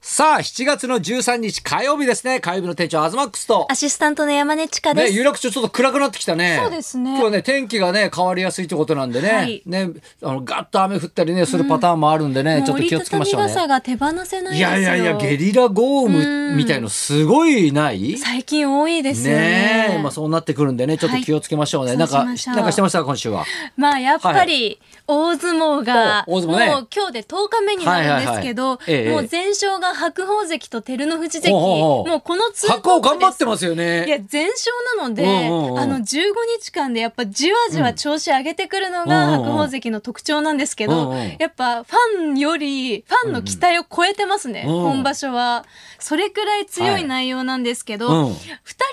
さあ、7月の13日火曜日ですね。火曜日の店長、アズマックスとア。シスタントの山根千佳でね、す。有楽町ちょっと暗くなってきたね。そうですね今日はね、天気がね、変わりやすいってことなんでね。はいね、あの、ガッと雨降ったりね、するパターンもあるんでね、もうちょっと折気をりつたけたまみしょう傘ね。が手放せないいですよ。やいやいや、ゲリラ豪雨みたいのすごいない最近多いですよね。ねえ、まあそうなってくるんでね、ちょっと気をつけましょうね。はいなんか、そうしましょうなんかしてました今週は。まあやっぱり大相撲がおも大う相撲ね今日で10日目になるんですけはいどはいはいええもう全勝が白鵬関と照ノ富士関おうおうおもううこの通白鵬頑張ってますよいやね。全勝なのでうんうんうんあの15日間でやっぱじわじわ調子上げてくるのうんがうんうん白鵬関の特徴なんですけどうんうんやっぱファンよりファンの期待を超えてますねうんうん本場所はそれくらい強い内容なんですけどうん2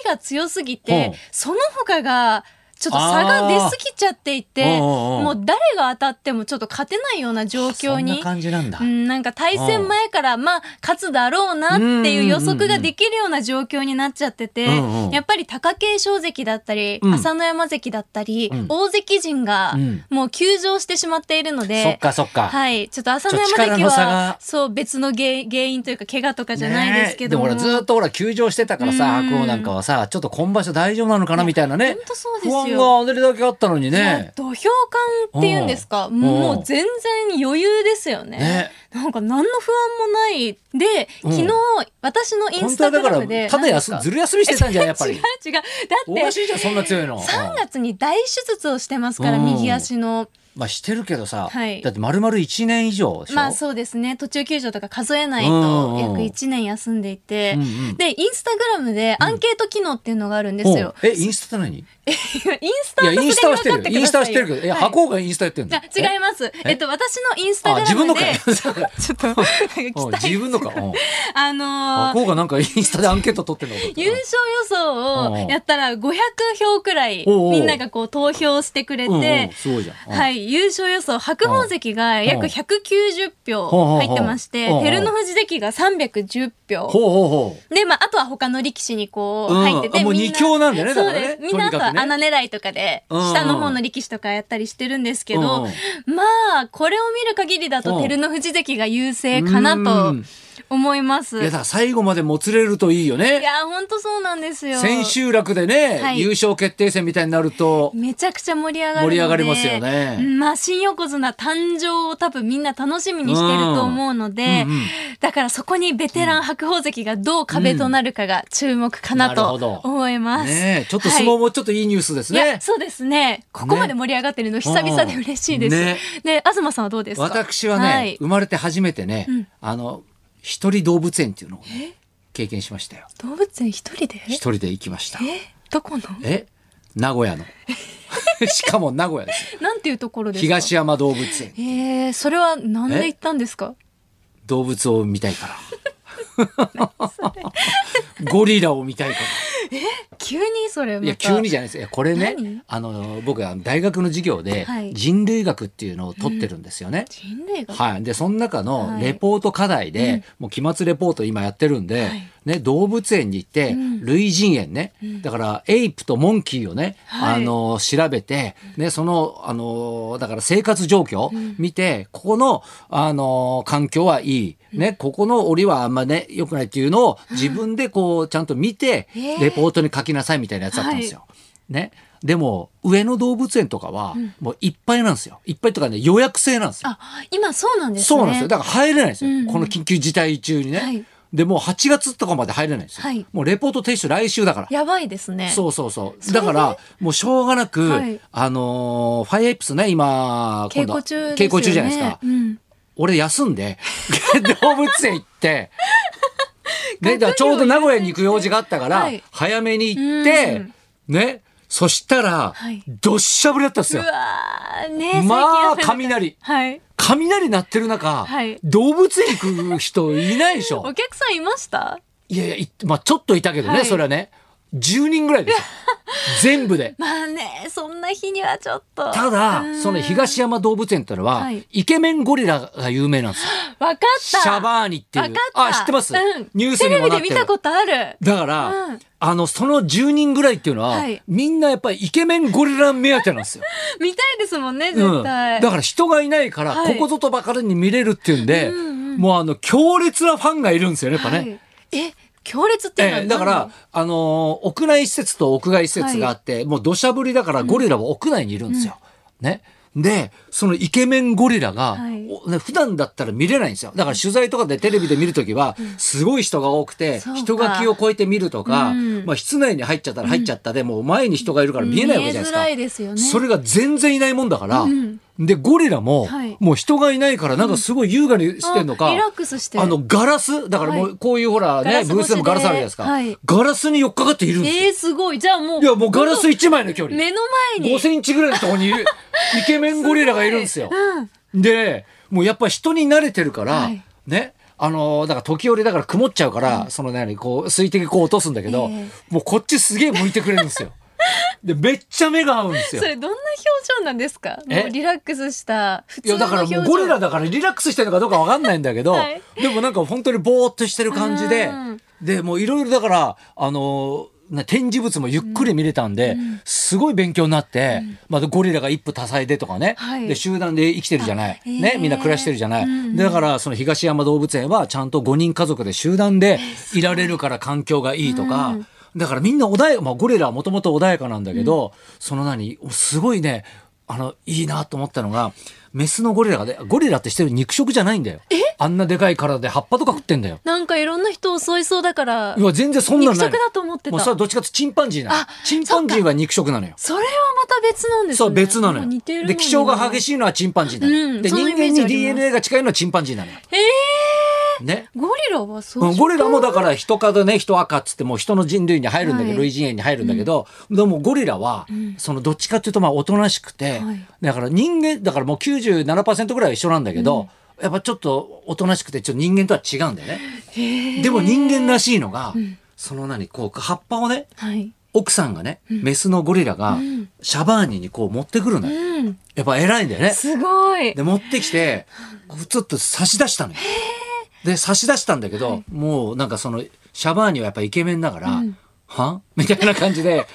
人が強すぎうてんその他がちょっと差が出すぎちゃっていてあーうんうんうんもう誰が当たってもちょっと勝てないような状況そんにな感じなんだう。ん、なんか対戦前から、まあ、勝つだろうなっていう予測ができるような状況になっちゃってて、うんうんやっぱり貴景勝関だったり、うん朝乃山関だったり、うん大関陣がうんもう休場してしまっているのそっで、かそっか。はい、ちょっと朝乃山ちょっ関と力の差はが、そう、別の原原因というか、怪我とかじゃないですけども。ねえでもほらずっとほら休場してたからさうん白鵬なんかはさちょっと今場所大丈夫なのかなみたいなね本当そうです不よ。安があれだけあったのにねもう土俵感っていうんですか、んもううん全然余裕ですよねねなんか何の不安もないでうん昨日、私のイン本ス当はタだグかラらムでただやすなんですずる休みしてたんじゃんやっぱ か違う違りうだおかっしていじゃんそんな強いの3うん月に大手術をしてますから、うん右足のまあしてるけどさはいだって丸々1年以上でしょまあそうですね途中休場とか数えないうんとうんうん約1年休んでいて、うんうんでインスタグラムでアンケート機能っていうのがあるんですよ、おえインスタって何い インスタやはインスタはしてるよインスタはしてるけどいや箱白鵬がインスタやってるのあ違います。えっと、私のインスタグラムで。あ自分のかいそう ちょっと、なんか期うん待。自分のかうん あのー白鵬がなんかインスタでアンケート取ってんのかと思った優勝予想をやったら500票くらいおうおうみんながこう投票してくれうんうんて、すごいじゃんうんはい、優勝予想、白鵬関が約うん190ほうほうほう票入ってまして、ほうほう照ノ富士関が310票。ほうほうほうで、まあ、あとは他の力士にこううん入ってて、あもうみん二強なんだよねだからねそうです。みんなあととにかくはね穴狙いとかで、うんうん下の方の力士とかやったりしてるんですけうんどうん、まあ、これを見る限りだとうん照ノ富士関が優勢かなと思います。いやだから最後までもつれるといいよねいや、ほんとそうなんですよ。千秋楽でね、はい優勝決定戦みたいになるとめちゃくちゃ盛り上がるので盛り上がりますよねうんまあ、新横綱誕生を多分みんな楽しみにしてると思うので、うんうんうんだからそこにベテラン白鵬関がどう壁となるかが注目かななるほどと思います。ねえちょっと相撲もちょっといいニュースですいやね。そうですね。ここまで盛り上がってるの久々で嬉しいです。うんねね、で、東さんはどうですか私はね、い生まれて初めてね、うんあの一人動物園っていうのをね、経験しましたよ。動物園一人で一人で行きました。えどこのえ名古屋 のしかも名古屋ですよなんていうところですか東山動物園えー、それはなんで行ったんですか動物を見たいから ゴリラを見たいから。急にそれまたいや急にじゃないですいやこれね何あの僕は大学の授業ではい人類学っていうのを取ってるんですよね。人類が、はい、でその中のはいレポート課題で、もう期末レポート今やってるんで、はいね、動物園に行って、うん類人猿ね、だからエイプとモンキーをね、はあいの調べて、ね、そのあのだから生活状況見て、ここのあの環境はいい、ね、ここの檻はあんまね良くないっていうのを自分でこうちゃんと見て、えーレポートに書きなさいみたいなやつだったんですよ。ね、でも上野動物園とかは、もういっぱいなんですよいっぱいとかね予約制なんですよ。あ今そうなんですねそうなんですよ。だから入れないんですよ。うんうんこの緊急事態中にね。はいでもう8月とかまで入れないんですよ。はいもうレポート提出来週だから。やばいですねそうそうそう。それだでから、もうしょうがなく、はいあのーファイアエイプスね、今、稽古中ですよね稽古中じゃないですか。うん俺休ん で、動物園行って、ね、だからちょうど名古屋に行く用事があったから、はい早めに行って、ね、そしたら、はいどっしゃぶりだったんですうよ。わーまあね最近朝方雷はい雷鳴ってる中、はい動物園行く人いないでしょ お。客さんいましたいやいや、いまあちょっといたけどね、はいそれはね、10人ぐらい ですよ。全部で。まあねそんな日にはちょっとたうだ、んその東山動物園ってのは、はいイケメンゴリラが有名なんですよ。わかったシャバーニっていうわか。ったあ、知ってます、うんニュースにもなってるテレビで見たことあるだから、うんあの、その10人ぐらいっていうのは、はいみんなやっぱりイケメンゴリラ目当てなんですよ。見たいですもんねうん、 だ絶対、から人がいないから、はいここぞとばかりに見れるっていうんで、うんうんもうあの強烈なファンがいるんですよねやっぱね。はいえ、強烈っていうのはええ、だから、あのー屋内施設と屋外施設があって、もう土砂降りだからゴリラは屋内にいるんですよ。ね。で、そのイケメンゴリラが、はいおね、普段だったら見れないんですよ。だから取材とかでテレビで見るときは、すごい人が多くてそう、か人垣を越えて見るとか、うんまあ室内に入っちゃったら入っちゃったで、もう前に人がいるから見えないわけじゃないですか。見えづらいですよねそれが全然いないもんだから、うんで、ゴリラも、はいもう人がいないからなんかすごい優雅にしてんのか、あリラックスしてあの、ガラス、だからもはうこういうほらね、ガラス越しでブースでもガラスあるじゃないですか。はいガラスに寄っかかっているんですよ。えー、すごい。じゃあもう。いや、もうガラス1枚の距離。目の前に。 5センチぐらいのとこに いる、イケメンゴリラがいるんですよ。で、もうやっぱ人に慣れてるから、はいね。あのーだから時折だから曇っちゃうから、その何こう水滴こう落とすんだけど、ええもうこっちすげえ向いてくれるんですよでめっちゃ目が合うんですよそれどんな表情なんですかえもうリラックスした普い通のやだから表情もうゴリラだからリラックスしてるのかどうかわかんないんだけど、はいでもなんか本当にぼーっとしてる感じでうんでもういろいろだからあのーな展示物もゆっくり見れたんで、すごい勉強になって、まあ、ゴリラが一夫多妻でとかね、はいで集団で生きてるじゃない、あへーね、みんな暮らしてるじゃない、うんうんでだからその東山動物園はちゃんと5人家族で集団でいられるから環境がいいとか、だからみんな穏やか、まあ、ゴリラはもともと穏やかなんだけど、その何すごいねあのいいなと思ったのがメスのゴリラがねゴリラってしてる肉食じゃないんだよあんなでかい体で葉っぱとか食ってんだよ。なんかいろんな人を襲いそうだからいや全然そんな肉のない食のだと思ってもたうそれはどっちかっていうとチンパンジーなのあチンパンジーは肉食なのよ。それはまた別なんですねそう別なのもよ。似てるで気性が激しいしいのはチンパンジーなのよ、うんでその人イメ間ージにあります DNA が近いのはチンパンジーなのよ。えー、ね。ゴリラはそううんゴリラもだから人角ね人赤っつってもう人の人類に入るんだけど、はい類人猿に入るんだけど、でもゴリラは、そのどっちかっていうとまあおとなしくて、はいだから人間だからもう97%ぐらいは一緒なんだけど、やっぱちょっとおとなしくてちょっと人間とは違うんだよね。でも人間らしいのが、その何こう葉っぱをねはい奥さんがね、メスのゴリラがシャバーニにこう持ってくるのよ。うんやっぱ偉いんだよね。すごいで持ってきてこうちょっと差し出したのよ。で差し出したんだけど、もうなんかそのシャバーニはやっぱイケメンだから「はみたいな感じで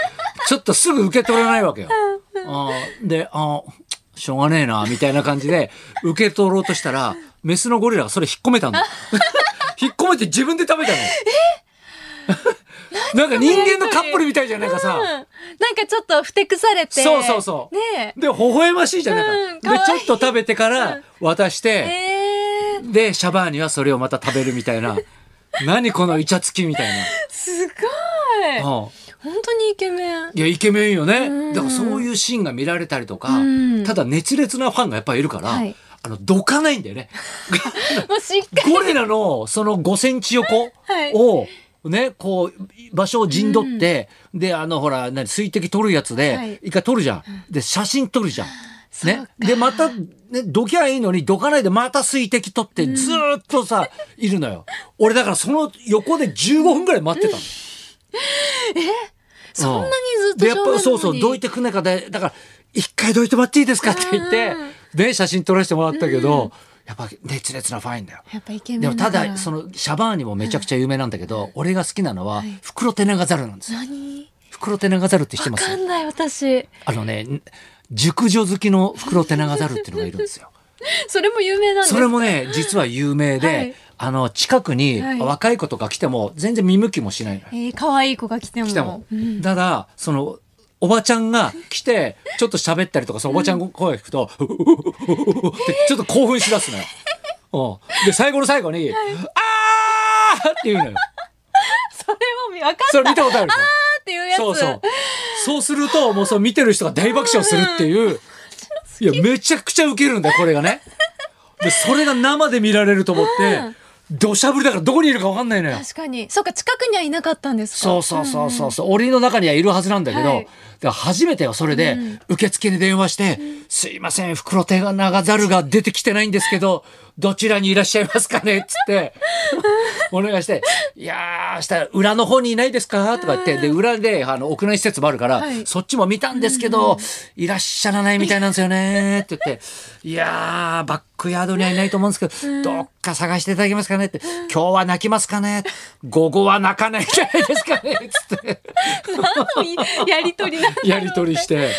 ちょっとすぐ受け取れないわけよ。あーであーしょうがねえなみたいな感じで受け取ろうとしたらメスのゴリラがそれ引っ込め たの。引っ込めて自分で食べたのよ。 なんか人間のカップルみたいじゃないかさ。うん、なんかちょっとふてくされてそうそうそうねで微笑ましいじゃないか。うんでかちわょいいっと食べてから渡して。ええー、でシャバーニはそれをまた食べるみたい な何このイチャつきみたいすごいな、うん本当にイケメンいやイケメンようねんだからそういうシーンが見られたりとかうんただ熱烈なファンがやっぱりいるから、はいあのどかないんだよねもうしっかりゴリラのその5センチ横はいをねこう場所を陣取って、であのほら何水滴取るやつはでい一回取るじゃん、で写真撮るじゃん。そうねか、でまた、ね、どきゃいいのにどかないでまた水滴取ってずーっとさ、いるのよ俺だからその横で15分ぐらい待って たの。そんなにずっとで上やっ手なのぱにそうそうどいてくんないかでだから一回どいてもらっていいですかって言ってで写真撮らせてもらったけど、やっぱ熱烈なファンだよ。やっぱイケメでもンただからだそのシャバーニもめちゃくちゃ有名なんだけど、俺が好きなのはフクロテナガザルなんですよ。何フクロテナガザルって知ってわますかんない私あのね熟女好きのフクロテナガザルっていうのがいるんですよ。 それも有名なんですそれもね実は有名で、はいあの近くにはい若い子とか来ても全然見向きもしないのよ。えー、可愛い子が来ても来ても、うんただそのおばちゃんが来てちょっと喋ったりとかそのおばちゃんの声聞くと「 ううううううってちょっと興奮しだすのよ。 うんで最後の最後に「あー!」って言うのよ。それも見分かったそれ見たことあるでしょっていうやつそうそう。そうすると、もうそう見てる人が大爆笑するって いう。いや、めちゃくちゃウケるんだよ、これがね。で、それが生で見られると思って、土砂降りだからどこにいるかわかんないのよ。確かにそうか近くにはいなかったんですかそうそうそうそうそう、檻の中にはいるはずなんだけど、はいだから初めてはそれで、受付に電話して、すいません、袋手が長猿が出てきてないんですけど、どちらにいらっしゃいますかねっつって、お願いして、いやー、したら裏の方にいないですかとか言って、で、裏で、あの、屋内施設もあるから、はいそっちも見たんですけど、いらっしゃらないみたいなんですよねって言って、いやー、バックヤードにはいないと思うんですけど、どっか探していただけますかねって、今日は泣きますかね午後は泣かないんじゃないですかねつって、何のやりとりなんだろうやり取りして。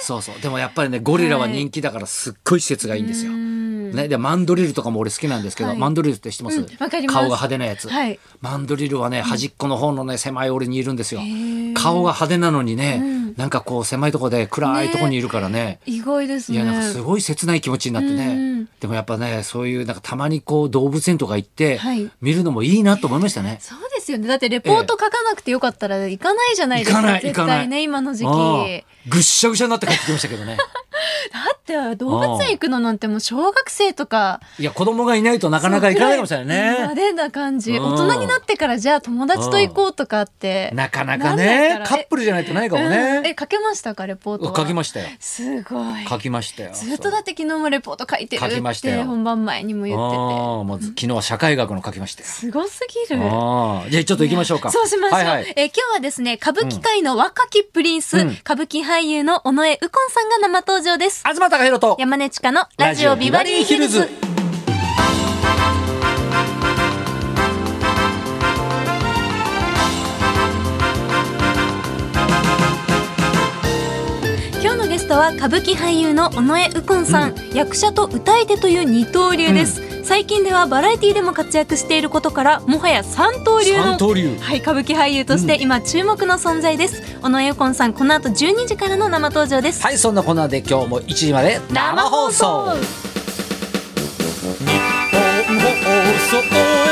そうそう。でもやっぱりね、ゴリラは人気だからすっごい施設がいいんですよ。うんね、でマンドリルとかも俺好きなんですけど、はいマンドリルって知ってます,、うんわかります顔が派手なやつ、はいマンドリルはね端っこの方のね狭い俺にいるんですよー顔が派手なのにね、うんなんかこう狭いとこで暗いとこにいるからね意外ですいね。やなんかすごい切ない気持ちになってね、うんうんでもやっぱねそういうなんかたまにこう動物園とか行ってはい見るのもいいなと思いましたね。そうですよね。だってレポート書かなくてよかったら行かないじゃないで行すか。かない行絶かない対ね、今の時期。ああぐっしゃぐしゃになって帰ってきましたけど ねだって動物園行くのなんてもう小学生とか。いや子供がいないとなかなか行かないかもしれないね派。手な感じ。うん大人になってからじゃあ友達と行こうとかって。なかなかなんねだからカップルじゃないとないかもうんえね。、書けましたか、レポートは。書きましたよすごい。書きましたよ。ずっとだって昨日もレポート書いてる書きまっしたよて本番前にも言っああもう昨日は社会学の書きましたよてて。。すごすぎる。ああじゃあちょっと行きましょうか。そうしましょう。はいはいえー今日はですね、歌舞伎界の若きプリンス、うん歌舞伎俳優の尾上右近さんが生登場です。東貴博と山根千佳のラジオビバリーヒルズ。今日のゲストは歌舞伎俳優の尾上右近さん、役者と歌い手という二刀流です、最近ではバラエティでも活躍していることからもはや三刀流三の刀流。はい、歌舞伎俳優として今注目の存在です。尾上右近さん、この後12時からの生登場です。はいそんなこんなで今日も1時まで生放送日本放送